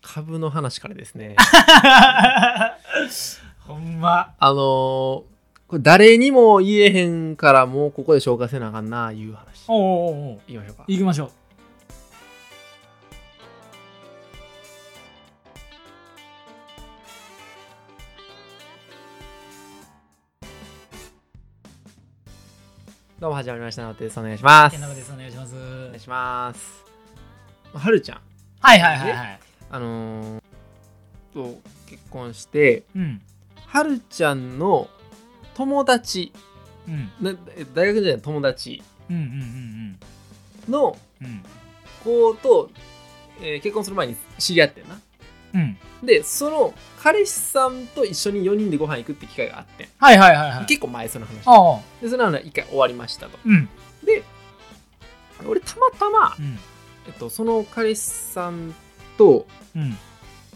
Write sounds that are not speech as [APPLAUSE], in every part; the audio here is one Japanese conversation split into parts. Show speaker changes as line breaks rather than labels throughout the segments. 株の話からですね。
ほんま。
あのーこれ誰にも言えへんからもうここで紹介せなあかんないう話。
おうおうおう
いきましょうか。
行きましょう。
どうも始まりましたのでお願いします。
けんなこです。お願いします。
お願いします。はるちゃん、
はいはいはいはい。
あのーと結婚して、
うん。
はるちゃんの友達、
うん。
なえ大学時代の友達
うんうんうん
の
うん。うん。
子と、えー結婚する前に知り合ってんな。
うん。
で、その彼氏さんと一緒に4人でご飯行くって機会があってん、
はいはいはいはい。
結構前その話。
おうおう
で、その話一回終わりましたと。
うん。
で、俺たまたま
う、ん。
えっと、その彼氏さんと
うん。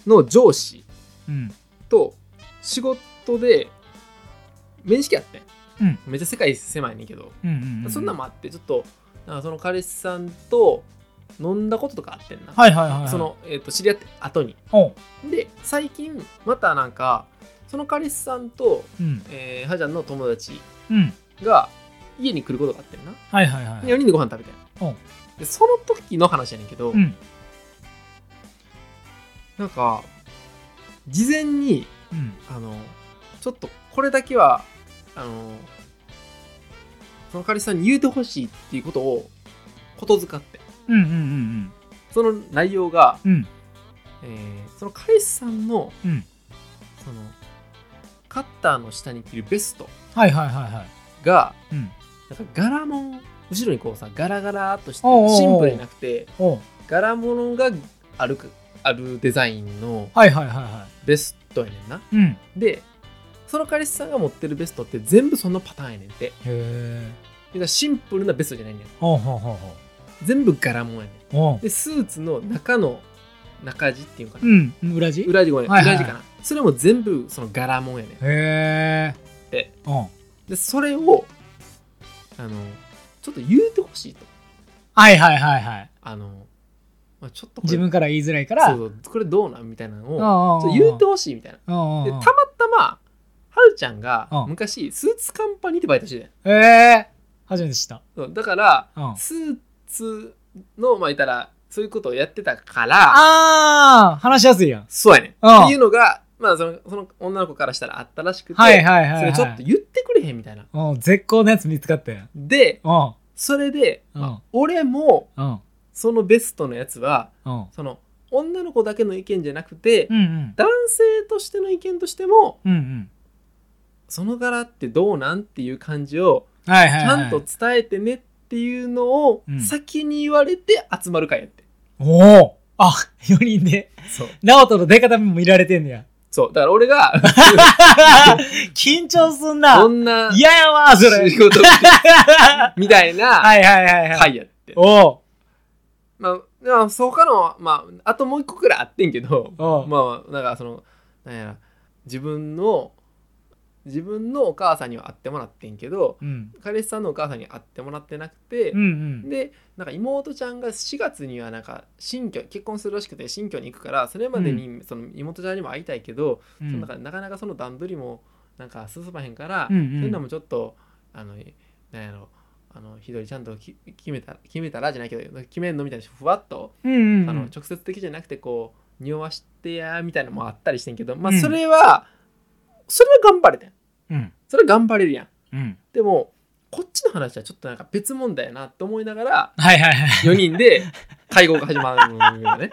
の上司
うん。
と仕事で面識あってん、
うん
めっちゃ世界狭いねんけど、
うん。う
そんなんもあってちょっとなんかその彼氏さんと飲んだこととかあってんな、
はいはいはいはい。
そ。の、えっと知り合って後に
おう。
で最近またなんかその彼氏さんと、
うん。
えー、はじゃんの友達
うん。
が家に来ることがあってんな、
はいはいはい。
4人でご飯食べてん、
うん
でその時の話やねんけど、
うん。
なんか事前に
うん。
あのちょっとこれだけはあのその彼氏さんに言うてほしいっていうことをことづかって
うんうんうん
その内容が、
うん。うん。
えーその彼氏さんの,、
うん
そのカッターの下に着るベスト
はいはいはいはい。
が
うん。
なんか柄も後ろにこうさガラガラっとして
おうおうおう
シンプルになくて
おう
柄物があるくあるデザインの
はいはいはいは。
ベストやねんない
うん。へ
でその彼氏さんが持ってるベストって全部そのパターンやねんって
え。
だからシンプルなベストじゃないんだよ
ほうほうほうほ
全部柄もんやねん
う。おう。
でスーツの中の中地っていうかな、
うん。裏地へ
裏地ごめん、
はいはいはい
裏地かなそれも全部その柄もんやねん
え。
で
おう。
でそれをあのちょっと言うてほしいと
はいはいはいはい。
あの、まあ、ちょっとこれ
自分から言いづらいから。
そうそうこれどうなんみたいなのを
お
ちょっと言うてほしいみたいなでたま
た
たまはるちゃんが
うん
昔スーツカンパニーでバイトしてたんや
ま。えー、初めて知った。
そうだから
うん、あ
スーツのまあ言ったらそういうことをやってたから
あー、話しやすいやん。
そうやねん。
うん
っていうのが、まあその、その女の子からしたらあったらしくて、
はいはいはい、はい。
それちょっと言ってくれへんみたいな。
うん、絶好のやつ見つかって。
で、
うん、
それで、
うん
まあ俺も、
うん、
そのベストのやつは、
うん。
その、女の子だけの意見じゃなくて、
うんうん。
男性としての意見としても、
うんうん。
その柄ってどうなんっていう感じを、
はいは
ち
い、は
ゃ
い。
んと伝えてねっていうのを
うん、
先に言われて集まる会やって。
おおあ、4人で。
そう。
ナオトの出方も見られてんね [LAUGHS] や。
そう。だから俺
[LAUGHS]
が、
緊張す
ど
んな。
んな仕
嫌やわー、それ。
事
[LAUGHS] は
みたいない
はいはいはい。
会やって。
おお
まあ、まあ、そうかの、まあ、あともう一個くらいあってんけど、
おう
まあ、なんかその、なんやら、自分の、自分のお母さんには会ってもらってんけど、
うん。
彼氏さんのお母さんには会ってもらってなくて
うんう、ん。
で、なんか妹ちゃんが4月にはなんか新居、結婚するらしくて新居に行くから、それまでにその妹ちゃんにも会いたいけど、
う
その
ん
なかなかなかその段取りもなんか進まへんから、
うん
そうういうんのもちょっとあのなんやろあのひどりちゃんとき決めた決めたらじゃないけど決めんのみたいなふわっと、
うんうんうん
あの直接的じゃなくてこう匂わしてやみたいなのもあったりしてんけどま
う
あ
ん
それは、それは頑張れてん
うん
それは頑張れるやん
うん。
でもこっちの話はちょっとなんか別問題やなと思いながら
はいはいはい。
4人で会合が始まるのよね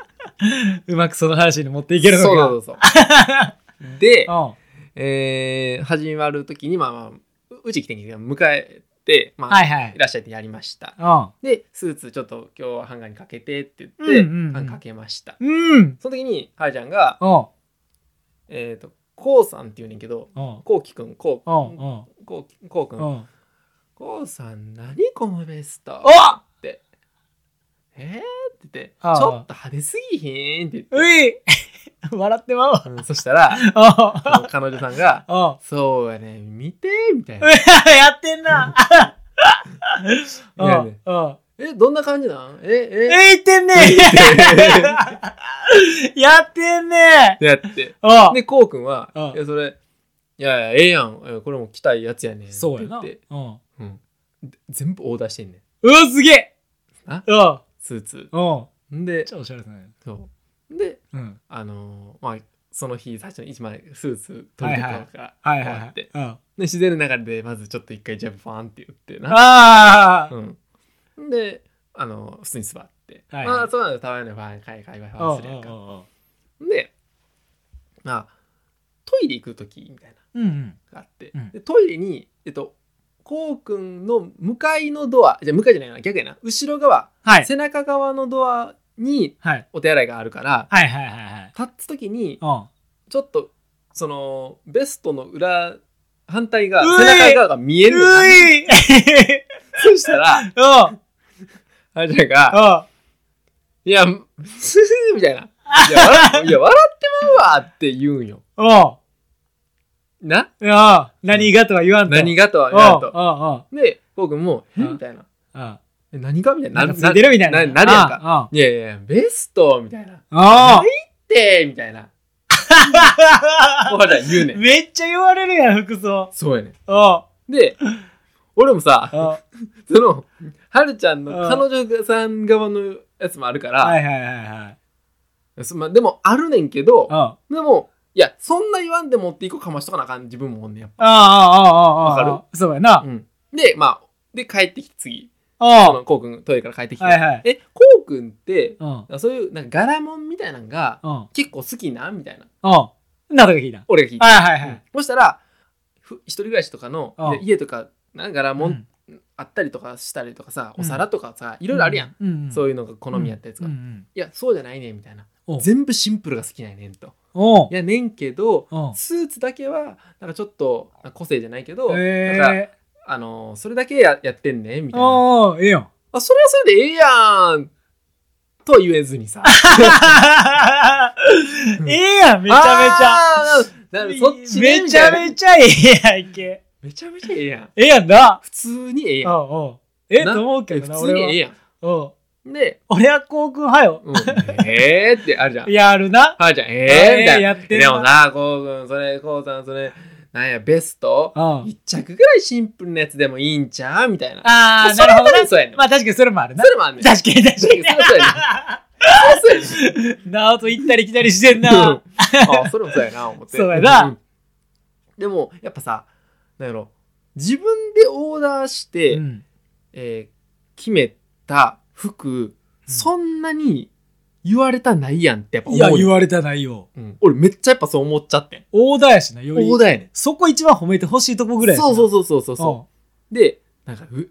うまくその話に持 [LAUGHS] っていけるのか。
そうそうそう
[LAUGHS]
そうで、
うん
えー始まる時にまあ、まあ、ううち来てんけど迎えて、まあ
はい
い、
はい。
らっしゃいってやりましたでスーツちょっと今日はハンガーにかけてって言って、
うんうんうん
ハンガーかけました
うん。うん。
その時にはるちゃんが
おう
えっ、とこうさんって言うねんけど
おう
こうきくんこう
おうお
うこうこうく
うお
ん
う
こうさん何このベスト
おっ
ってえー、って言ってちょ
ああ
っと派手すぎひんって言っ
うい笑ってまうわ。
て、うんそしたら
お
その彼女さんが
うおう
「そうやね見て」みたいうな
わやってんな。
いやね
おう
え、どんな感じなんえ、え、
え、言ってんねやってんね
やって。
あ
で、こうくんは
うん、
いや、それ、いやいや、ええやん。えこれも来たいやつやねん。
そうやな。
っ
う
て
ん
言って。うん。で全部オーダーしてんねん。
うわ、すげえ
あ
うん。うん。
スーツ。
め
んで
っち、ゃおしゃれですね。
そう。で、
うん。
あのーまあ、その日、最初に一枚スーツ取りに行ったのが
はい
終
はい
わ
は
っ
い
て。。
うん。あ
で、自然の中で、まずちょっと一回ジャブファーンって言ってな。
あ
うん。で、あの、普通に座って。
はい
まあ、そうなんだ、たまにファン、海外ファンするやんか。
ー
で、まあ、トイレ行くときみたいなの
うんうん。
があって、
うん
でトイレに、えっと、こうくんの向かいのドア、じゃあ向かいじゃないな、逆やな、後ろ側、
はい。
背中側のドアに
はい。
お手洗いがあるから、
はいはいはいはい。
立つときに、
うん。
ちょっと、その、ベストの裏、反対が、
う
背
い
中側が見えるよな
うい
そしたら、
[LAUGHS] うん。
あれじゃんが、
うん。
いや、 [LAUGHS] みたいな。いや、笑いや笑ってまうわって言うんよ。
おう
な
おう何がとは言わんと。
何がとは
お
言わん
う
と。
おう
で、こうくんも、え
うん
みたいな。
おううん。
え何がみたいな。
なんかついてるみたいな。
なるやんか。
か。
いやいやいや、ベストみたいな。
おう
で、みたいな。ほら、言うねん。
めっちゃ言われるやん、服装。
そうやね。
おうん
で、俺もさ、
おう
その、はるちゃんの
うん
彼女さん側のやつもあるから、
はいはいはいはい。
そまあ、でもあるねんけど
お、う
でも、いや、そんな言わんでもって一個かましとかなあかん自分もおんねんやっ
あああああああああ
わか
そうや
ぱ。
な
う。ん。で、まあ、で、帰ってきて次。
あ
そのこうくんトイレから帰ってきて、
はいはい。
えこうくんって
うん。
そういうなんか柄もんみたいなのが
うん。
結構好きなんみたいな
うん。なんとか聞いた。
俺が聞いて、
はいはいは
うん
い。
そしたらふ一人暮らしとかの
うん
で家とかなんか柄も
うん
あったりとかしたりとかさ、
うん
お皿とかさいろいろあるやん、。
うん。
そう
いう
いうのが好みやったやつが、
う
い
ん
やそうじゃないねんみたいな
うん。おう
全部シンプルが好きなんやねんと
おう
いやねんけど
うん
スーツだけはなんかちょっとなんか個性じゃないけど、な
へ
んか
え。
あのーそれだけややってんねんみたいな
おうおうええやん。
あ、それはそれでええやんとは言えずに
[LAUGHS]
さ。
ええやん、めちゃ
あー。な
め
る
ちゃ
そっ。ちね
めちゃめ
ちゃ。
ちゃええやんけ。
めちゃめちゃええやん。
ええやんな。
普通にええ
う
や
ん
ん。
うん。ええ
な
と思うけ
普
どな、
通にええ
俺は。
や
うん
ん。で、
俺はこうくんはよ。 [LAUGHS]
うん、ええってあるじゃん。
やるな。
あるじゃん。ええみたいな。
やってん
でもな、こうくん、それ、こうさん、それ、なんや、ベスト
うん。
一着ぐらいシンプルなやつでもいいんちゃうみたいな。
ああ、
そ
な
れ
る
は
ほど
多
な
分。そうやねん。
まあ確かにそれもあるな
そ。れもあんねん。
確かに確かに。
確かにそうやねん
[LAUGHS] なおと行ったり来たりして
[LAUGHS]
ん
う
[LAUGHS] な。
んあ、それもそうやな、思って。。
[LAUGHS] そうやなん
でも、やっぱさ、なんやろ、自分でオーダーして、
うん
えー決めた服、そんなに言われたないやんってやっぱ
い
思
や、
う
言
よ。
われたないよ。
うん俺めっちゃやっぱそう思っちゃってん。
オーダーやしな、より
オー。ダーやねん。
そこ一番褒めてほしいとこぐらい
そうそううそうそうそうそ。
そう
で、なんか、う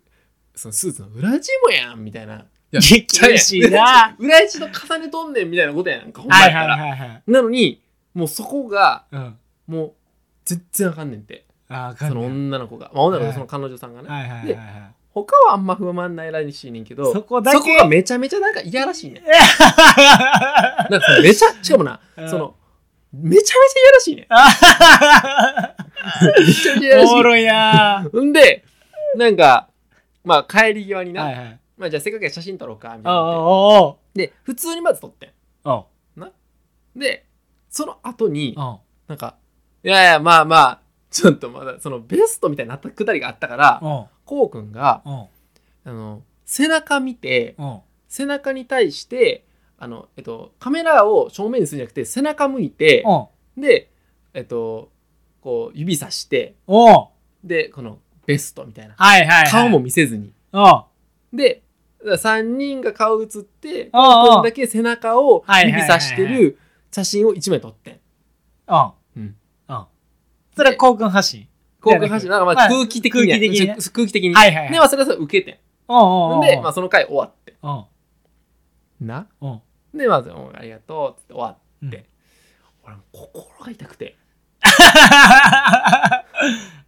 そのスーツの裏地もやんみたいな。いや
う。激しいな。
裏地と重ねとんねんみたいなことやんか、ほんまやっ
はい
たら。
はいはいはい。
なのに、もうそこが、
うん。あ
もう全然あかんねんって。
あ、か
その
ん
女の子が。まあ女の
は
子、
い
その彼女さんがね。
はいはいはいは
他はあんま不満ないらしいねんけど、
そこだけ
がめちゃめちゃなんかいやらしいねん。[LAUGHS] な
い。
んかそのめちゃ、しかもな、
うん
その、めちゃめちゃいやらしいね。めちゃめちゃいやら
おも
し
ろいな。
い。んで、なんか、まあ帰り際にな、
はいはい。
まあじゃあせっかくやし写真撮ろうか、みたい
お
になっ
おお
て。で、普通にまず撮って
おお
ん。で、その後に、
お
なんか、いやいや、まあまあ、ちょっとまだ、そのベストみたいになったくだりがあったから、
お
こうくんが、
お
あの、背中見て、
お
背中に対して、あの、えっと、カメラを正面にするんじゃなくて、背中向いて、
お
で、えっと、こう、指さして、
お
で、この、ベストみたいな。
はいはいはい。
顔も見せずに。
おお
で、3人が顔映って、
お
僕
お
だけ背中を指さして
はいはいはい
る写真を1枚撮ってん。
あ
うん
あそれは高君発信。
航空発信、なんかまあ
はい
空気的にや。
空気的にね
ちょ空気的に。
はいはいはい
で、まあ、それはそれ受けて
う
ん。
ん
で、まあ、その回終わって。
[LAUGHS] うん
な。
うん
で、まず、おうありがとうって終わって。
うん
で俺も心が痛くて。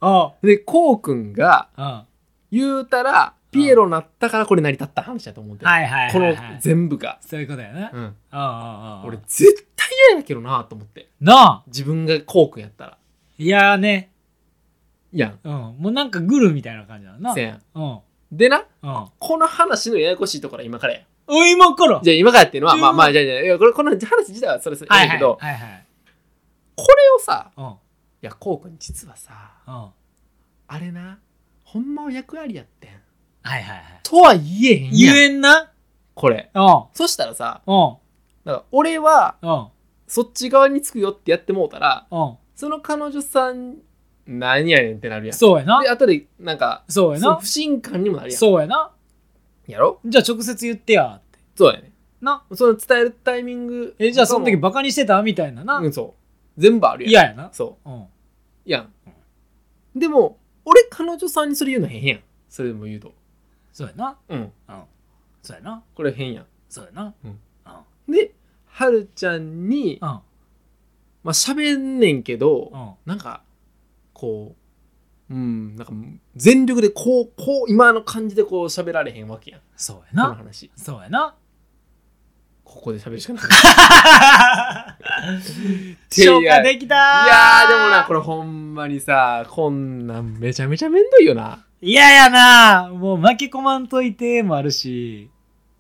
うん
で、こうくんが
うんは
言うたら、ピエロなったからこれ成り立った話だと思って
い
る。
はいはい
この
はい
全部が。
そういうことやな。
うん。
うんうんうん
俺、絶対嫌やけどなと思って。
なあ
自分がこうくんやったら。
いやーね。
いやん。
うん。もうなんかグルみたいな感じだな。
せやん。
うん。
でな、
うん。
この話のややこしいところは今からや。
お今から
じゃあ今からっていうのは、
十分
まあまあ、じゃあじゃあいやこれこの話自体はそれそれいいんだけど、
はいはい。
これをさ、
うん。
いや、こうくん実はさ、
うん。はい
あれな、ほんまは役割やってん。
はいはい。
とは言えへん
言
ん。
えんな
これ。
うん。うん。
そしたらさ、
う
だから俺は
ん。
そっち側につくよってやってもうたら、
うん。
その彼女さん、何やねんってなるやん。
そうやな
で、。後で、なんか、
そうや
その
な
不。信感にもなるやん。
そうやな。
やろ
じゃあ直接言ってや。って
そうやね。
な。
その伝えるタイミング。
え、じゃあその時
ば
バカにしてたみたいなな
う。ん、そう。全部あるやん。
嫌やな。
そ
うん。
う。やん。でも、俺、彼女さんにそれ言うの変やん。それでも言うと。
そうやな。
うん。
うん。そうやな。
これ変や
そうやな。
うん
うん。
ん。で、はるちゃんに、
うん。
まあ、喋んねんけど
う、ん。
なんか、こう、うん、なんか、全力でこう、こう、今の感じでこう喋られへんわけやん。
そうや
この
な。
話。
そうやな。
ここで喋るし [LAUGHS] かない。
[LAUGHS] 消化できた
いやーでもなこれほんまにさこんなんめちゃめちゃめんどいよな
嫌やなもう巻き込まんといてもあるし。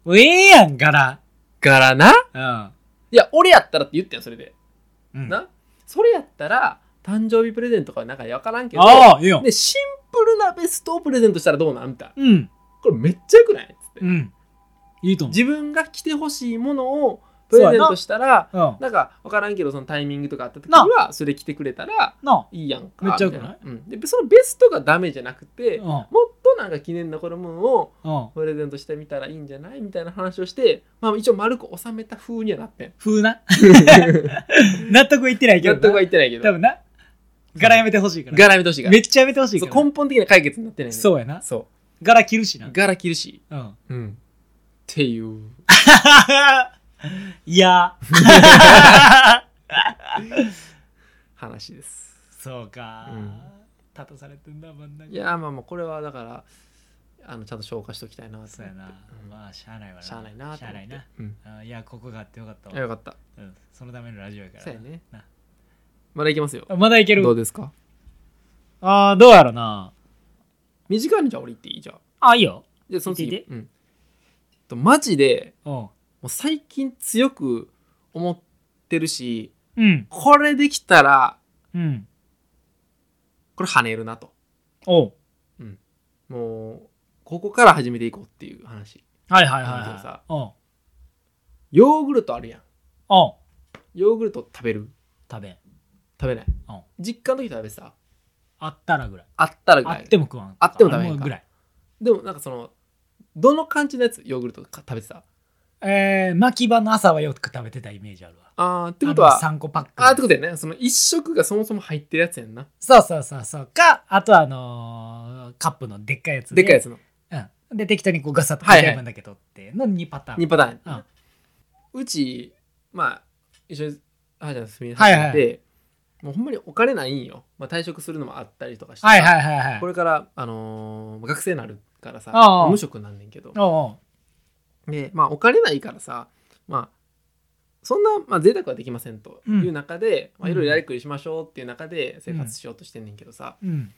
もうええやん、柄。
からな
うん。
いや俺やったらって言ってんそれで、
うん
なそれやったら誕生日プレゼントかなんか分からんけど
ああ、いいよ。
でシンプルなベストをプレゼントしたらどうなんみたいな
うん。
これめっちゃよくないっつって、
うん。いいと思う。
自分が着てほしいものをプレゼントしたら
うん。
なんか分からんけどそのタイミングとかあった時にはそれ着てくれたら
なあ。
いいやんか
めっちゃよく
みた
ない
な、うん、でそのベストがダメじゃなくて、
う
もっ
ん。
となんか記念残るものを
うん。
プレゼントしてみたらいいんじゃないみたいな話をして、まあ、一応丸く収めた風にはなって
[LAUGHS]
ん
風な。納得いってないけど
納
な。
得は言ってないけど
多分な。柄やめてほしいから。
柄見通しが
めっちゃやめてほしい
そ
か
う
ら。
根本的な解決になってないね
そうやな。
そ
柄着るしな
う。柄切るし
うん。 [LAUGHS]
うんっていう
いや。
話です
そうか
うん。
立たされてんだ、真ん中。
いやーまあまあこれはだからあのちゃんと消化しておきたいなと思って
そうやな。
うん
まあ、しゃあないわな。
しゃあないな
し
と
ゃあ
思
な
っ
い
て
な。
うん
あいや、ここがあってよかった
よ
わ。
かった
うん。そのためのラジオやから。
そうやね
な
まだいきますよ
まだいける
どう。ですか
ああ、どうやろな。
短いのじゃあ俺言っていいじゃあ
あ、いいよ。
でその次
言って
うんえっとマジで
うん。
もう最近強く思ってるし
うん。
これできたら
うん。
これ跳ねるなと
おう
もうここから始めていこうっていう話
はいはいはい
なんて
は
さ
い。おう
ヨーグルトあるやん
おう
ヨーグルト食べる
食べん。
食べない
うん
実家の時食べてた
あったらぐらい。
あったらぐ
あ
らい
っても食わん。
あっても食べへんか
あぐらい。
でもなんかそのどの感じのやつヨーグルトか食べてた
えー、巻き場の朝はよく食べてたイメージあるわ。
あーってことは
3個パック。
あーってことやねその一食がそもそも入ってるやつやんな
そうそうそうそう。か、あとはあのーカップのでっかいやつ。
でっかいやつの
つ。うん。で、適当にこうガサッと
はいはい
全部だけ取っての2パターン。
2パターンや
うん
なうちまあ一緒にあーちゃんと住み
はいはい
始めてもうほんまにお金ないんよ、まあ、退職するのもあったりとかしてさ
はいはいはいはい。
これから、あのー学生になるからさ
ああ
無職なんねんけど
おうおう
で、まあ、お金ないからさ、まあ、そんな、まあ、贅沢はできませんと
うん
いう中で、ま
う
あ、
ん
いろいろやりくりしましょうっていう中で生活しようとしてんねんけどさ、
うん。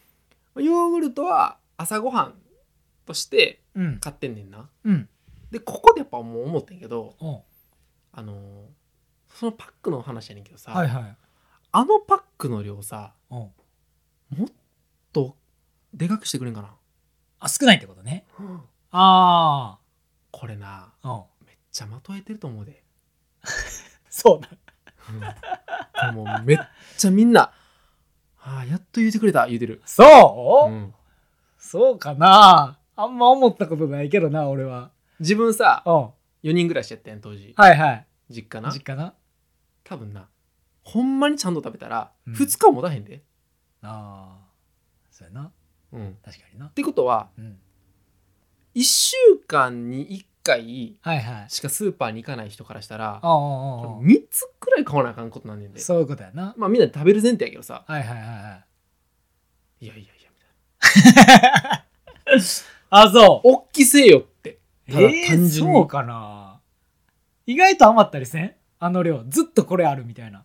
まあヨーグルトは朝ごはんとして
うん。
買ってんねんな
うん。
でここでやっぱもう思ってんけど、
おう
あのーそのパックの話やねんけどさ、
はいはい。
あのパックの量さ
おう
もっとでかくしてくれんかな、
あ、少ないってことね。あ
これな
あ。おう
めっちゃまとえてると思うで。
そうだ。
うんもうめっちゃみんな、ああ、やっと言うてくれた、言うてる。
そう、
うん
そうかなあんま思ったことないけどな、俺は。
自分さ、
おう
4人暮らしやったやん、当時。
はいはい。
実家な
実。家な。
多分な、ほんまにちゃんと食べたら、
うん
2日もたへんで。
ああ。そうやな。
うんっ
確かにな。
てことは、
うん。
1週間に1回
はいはい。
しかスーパーに行かない人からしたら、
おうおうおう
3つくらい買わなあかんことなんねんで。
そういうことやな。
まあみんな食べる前提やけどさ、
はいはいはいはい。
いやいやいや、みたいな。
あ、そう。
おっきせえよって。ただ
え
単
ー、
純に
そうかな意外と余ったりせんあの量。ずっとこれあるみたいな。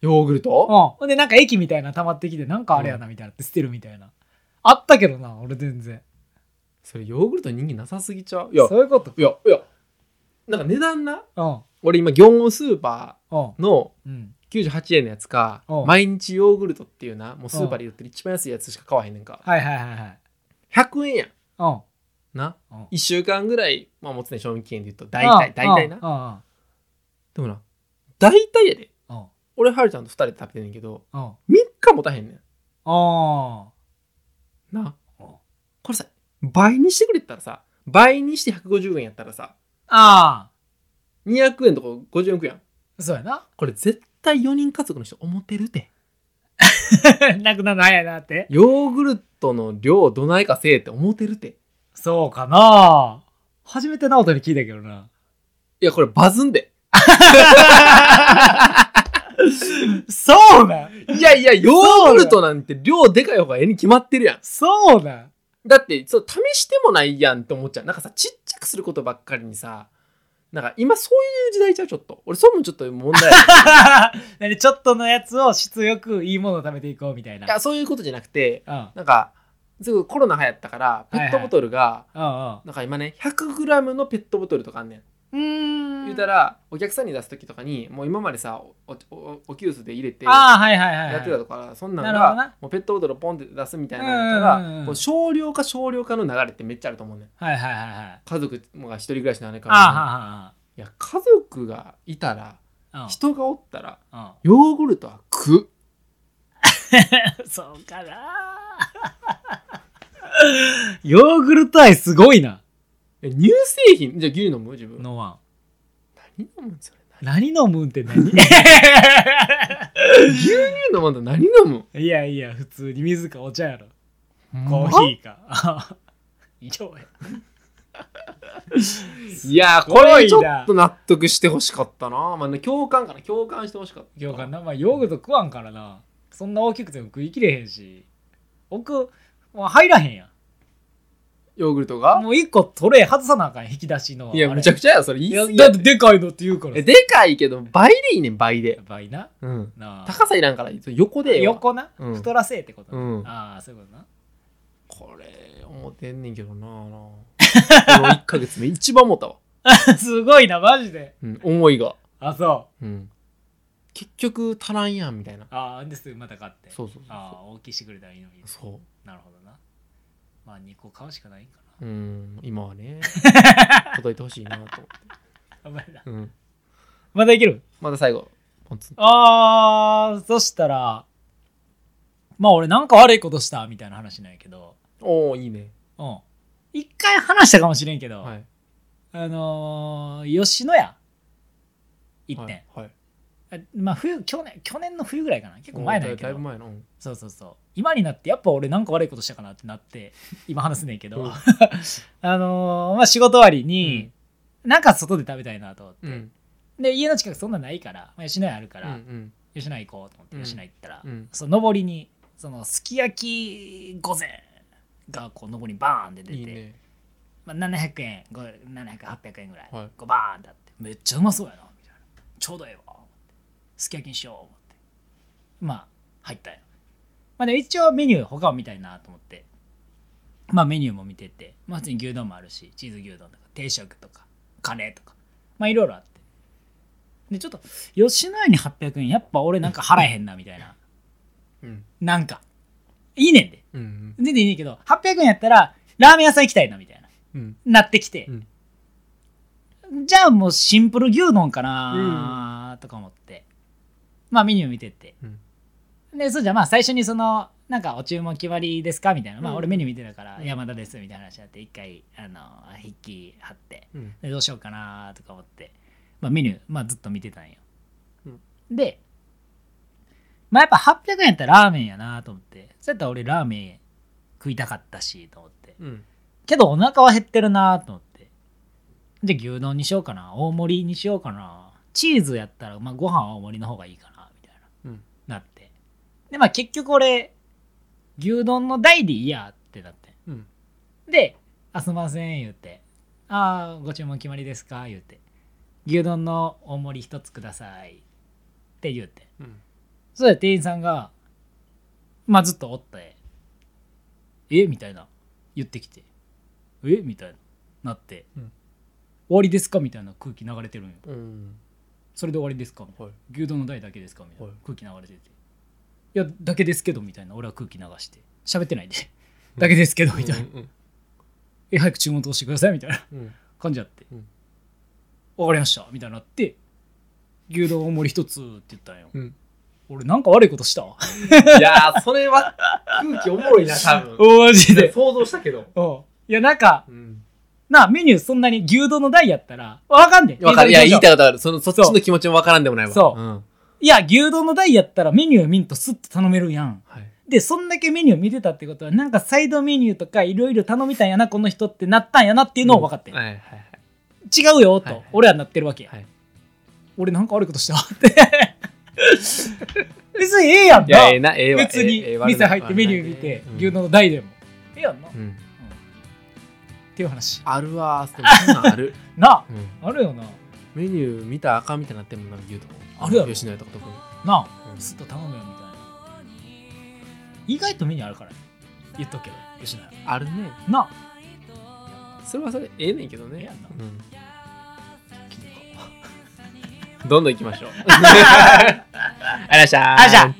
ヨーグル
うん。
ト
ほんで、なんか液みたいな溜まってきて、なんかあれやなみたいなって捨てるみたいな。あったけどな、俺全然。
それヨーグルト人気なさすぎちゃういや
そういうこと
いやいやなんか値段な
うん
俺今業務スーパ
うん
ーの
うん
98円のやつか
うん
毎日ヨーグルトっていうなもうスーパーで売ってる一番安いやつしか買わへんねんか
はいはいはいはい
100円やん
うん
な
うん
1週間ぐらいまあもう常に賞味期限で言うと大体大体な
な
でもな大体やで
うんうんうん
俺はるちゃんと2人で食べてんねんけど
うん
3日もたへんねん
あ
な
うん
これさ倍にしてくれって言ったらさ倍にして150円やったらさ
あ
200円とか50円くやん
ーそうやな [LAUGHS]
これ絶対4人家族の人思ってるて
なくなるの早いなって
ヨーグルトの量どないかせえって思ってるて
そうかな初めて直人に聞いたけどない [LAUGHS]
やこれバズんで
そうだ
いやいやヨーグルトなんて量でかい方がええに決まってるやん
そうだ
だってそう試してもないやんって思っちゃうなんかさちっちゃくすることばっかりにさなんか今そういう時代ちゃうちょっと俺そうもちょっと問題や
[LAUGHS] [LAUGHS] 何ちょっとのやつを質よくいいものを食べていこうみたいない
やそういうことじゃなくて
うんうん
なんかすぐコロナ流行ったからペットボトルが、
うん
なんか今ね 100g のペットボトルとかあんねん
うーん
言うたらお客さんに出す時とかにもう今までさおおおおキュースで入れてや
ああはいはいはいはい
ってたとかそんなん
なるほど
が
な
もうペットボトルをポンって出すみたいな
うんうん
の
う
か
んう
ら
ん
こう少量化少量化の流れってめっちゃあると思うねん
はいはいはいはい
家族が一人暮らしの姉か
ああ
らや
はい
家族がいたら
いはいはい
人がおったら
うんうん
ヨーグルトは食う
そうかなヨーグルト愛すごいな。
え乳製品じゃあ牛乳飲む自分
ノワ
何飲むんそれ
ン。何飲むんって何
牛乳飲まんと何飲むん
いやいや、普通に水かお茶やろ。
コ
コー
ー
ヒ
ヒ
ーか。あ以上や。
ーいやーこれちょっと納得してほしかったなまあね共感かな共感してほしかった
ようかな、まあ、ヨーグルト食わんからな。そんな大きくても食い切れへんし。奥、もう入らへんや
ヨーグルト
ん。
が
もう一個トレイ外さなあかん、引き出しの。
いやむちゃ
く
く
ち
ちゃやそれ言い
いや、
過ぎや
だってでかいのって言うから
え
さ。
でかいけど倍でいいねん倍で
や、ばいな。
うん、
なあ
高さいらんから横でええわ
横な、
うん
太らせえってことな、
うん
ああそういうことな
これ思ってんねんけどなあな [LAUGHS] この1ヶ月目一番思ったわ、
[LAUGHS] すごいな、マジで。
うん、思いが、
あ、そう。
うん、結局足らんやんみたいな
ああ、ですぐまた買って。
そうそうそう
ああ、大きいしてくれたらいいのに。
そうそう
なるほどな。まあ、2個買うしかないんか [LAUGHS]
うん今は [LAUGHS] ね届いてほしいなと思って、
な。まだ。
うん、
まだいける
また最後ポンツン
ああ、そしたら、まあ俺なんか悪いことしたみたいな話なんやけど、
おおいいね
うん。一回話したかもしれんけど、
はい
あのー、吉野家、一点、
はい、はい、
あまあ冬、去年、去年の冬ぐらいかな。結構前なんやけ
だい
ど
ぶ。前のうん
そうそうそう今になってやっぱ俺なんか悪いことしたかなってなって今話すねんけど、
うん
[LAUGHS] あのーまあ仕事終わりに、なんか外で食べたいなと思って、
うん
で家の近くそんなないから、まあ、吉野家あるか
うんう
ら、
ん
吉野家行こうと思って、
うん
吉野家行ったら、
うん
その上りにそのすき焼き御膳がこう上りにバーンって出て
いいね
まあ、700円700800円ぐらい、
はい
こうバーンってあってめっちゃうまそうやなみたいなちょうどええわ思ってすき焼きにしよう思ってまあ入ったよまあでも一応メニュー他を見たいなと思ってまあメニューも見てて、まあ、普通に牛丼もあるしチーズ牛丼とか定食とかカレーとかまあいろいろあってでちょっと吉野家に800円やっぱ俺なんか払えへんなみたいな
うん
なんかいいねんで
うん
全然いいねんけど800円やったらラーメン屋さん行きたいなみたいな
うん
なってきて、
うん
じゃあもうシンプル牛丼かなとか思って、まあメニュー見てって
うん
でそうじゃあまあ最初にそのなんかお注文決まりですかみたいな、まあ
うん
俺メニュー見てたから
うん
山田ですみたいな話になって一回あの筆記貼って
うん
でどうしようかなとか思って、まあ、メニュー、まあ、ずっと見てたんよ、
うん
でまあやっぱ800円やったらラーメンやなと思ってそうやったら俺ラーメン食いたかったしと思って
うん
けどお腹は減ってるなと思って。で、牛丼にしようかな。大盛りにしようかな。チーズやったら、まあ、ご飯は大盛りの方がいいかな、みたい
うん
な。なって。で、まあ、結局俺、牛丼の代でいいやってなって。
うん
で、あ、すんません、言うて。ああ、ご注文決まりですか言うて。牛丼の大盛り一つください。って言うて。
うん
そしたら店員さんが、まあずっとおって、えみたいな、言ってきて。えみたいななって、
うん
終わりですかみたいな空気流れてるんよ
うん
それで終わりですかみたいな、
はい
牛丼の代だけですかみたいな、
はい
空気流れてていやだけですけどみたいな俺は空気流して喋ってないで [LAUGHS] だけですけどみたいな、
うん
え早く注文通してくださいみたいな
うん
感じあって、
うん
わかりましたみたいになって牛丼大盛り一つって言ったんよ、
うん
俺なんか悪いことしたわ
いやーそれは空気おもろいな多
[LAUGHS]
[LAUGHS] 分
マジ
想
で
像したけど
うんいやなんか
うん
なあメニューそんなに牛丼の代やったらわかんねえ
わかるいや言いた
い
いことあるそのそっち
そう
の気持ちもわからんでもないわ
そうんいや牛丼の代やったらメニュー見んとスッと頼めるやん
はい
でそんだけメニュー見てたってことはなんかサイドメニューとかいろいろ頼みたんやなこの人ってなったんやなっていうのを分かって、
はいはいはい
違うよと、
はいはい
俺はなってるわけや、
はい
俺なんか悪いことしたわって [LAUGHS] 別にええやん
いや
な
ええなええわ
別
ええええ
に
悪い
店入ってメニュー見て
うん
牛丼の台でもええやんな、っ
うん
ていう話
あるわーでもそんなんある
な
うん
ああるよな
メニュー見たらあかんみたいになってんもんな牛丼
あるやろ
吉野家とか特に
なあ
うん
スッと頼むよみたいな意外とメニューあるから言っとくけど吉野家
あるね
なあ
それはそれええねんけど
ええ
ね
やんな
う
君か [LAUGHS]
んどんどん行きましょうありがとうございました
ありがとうございました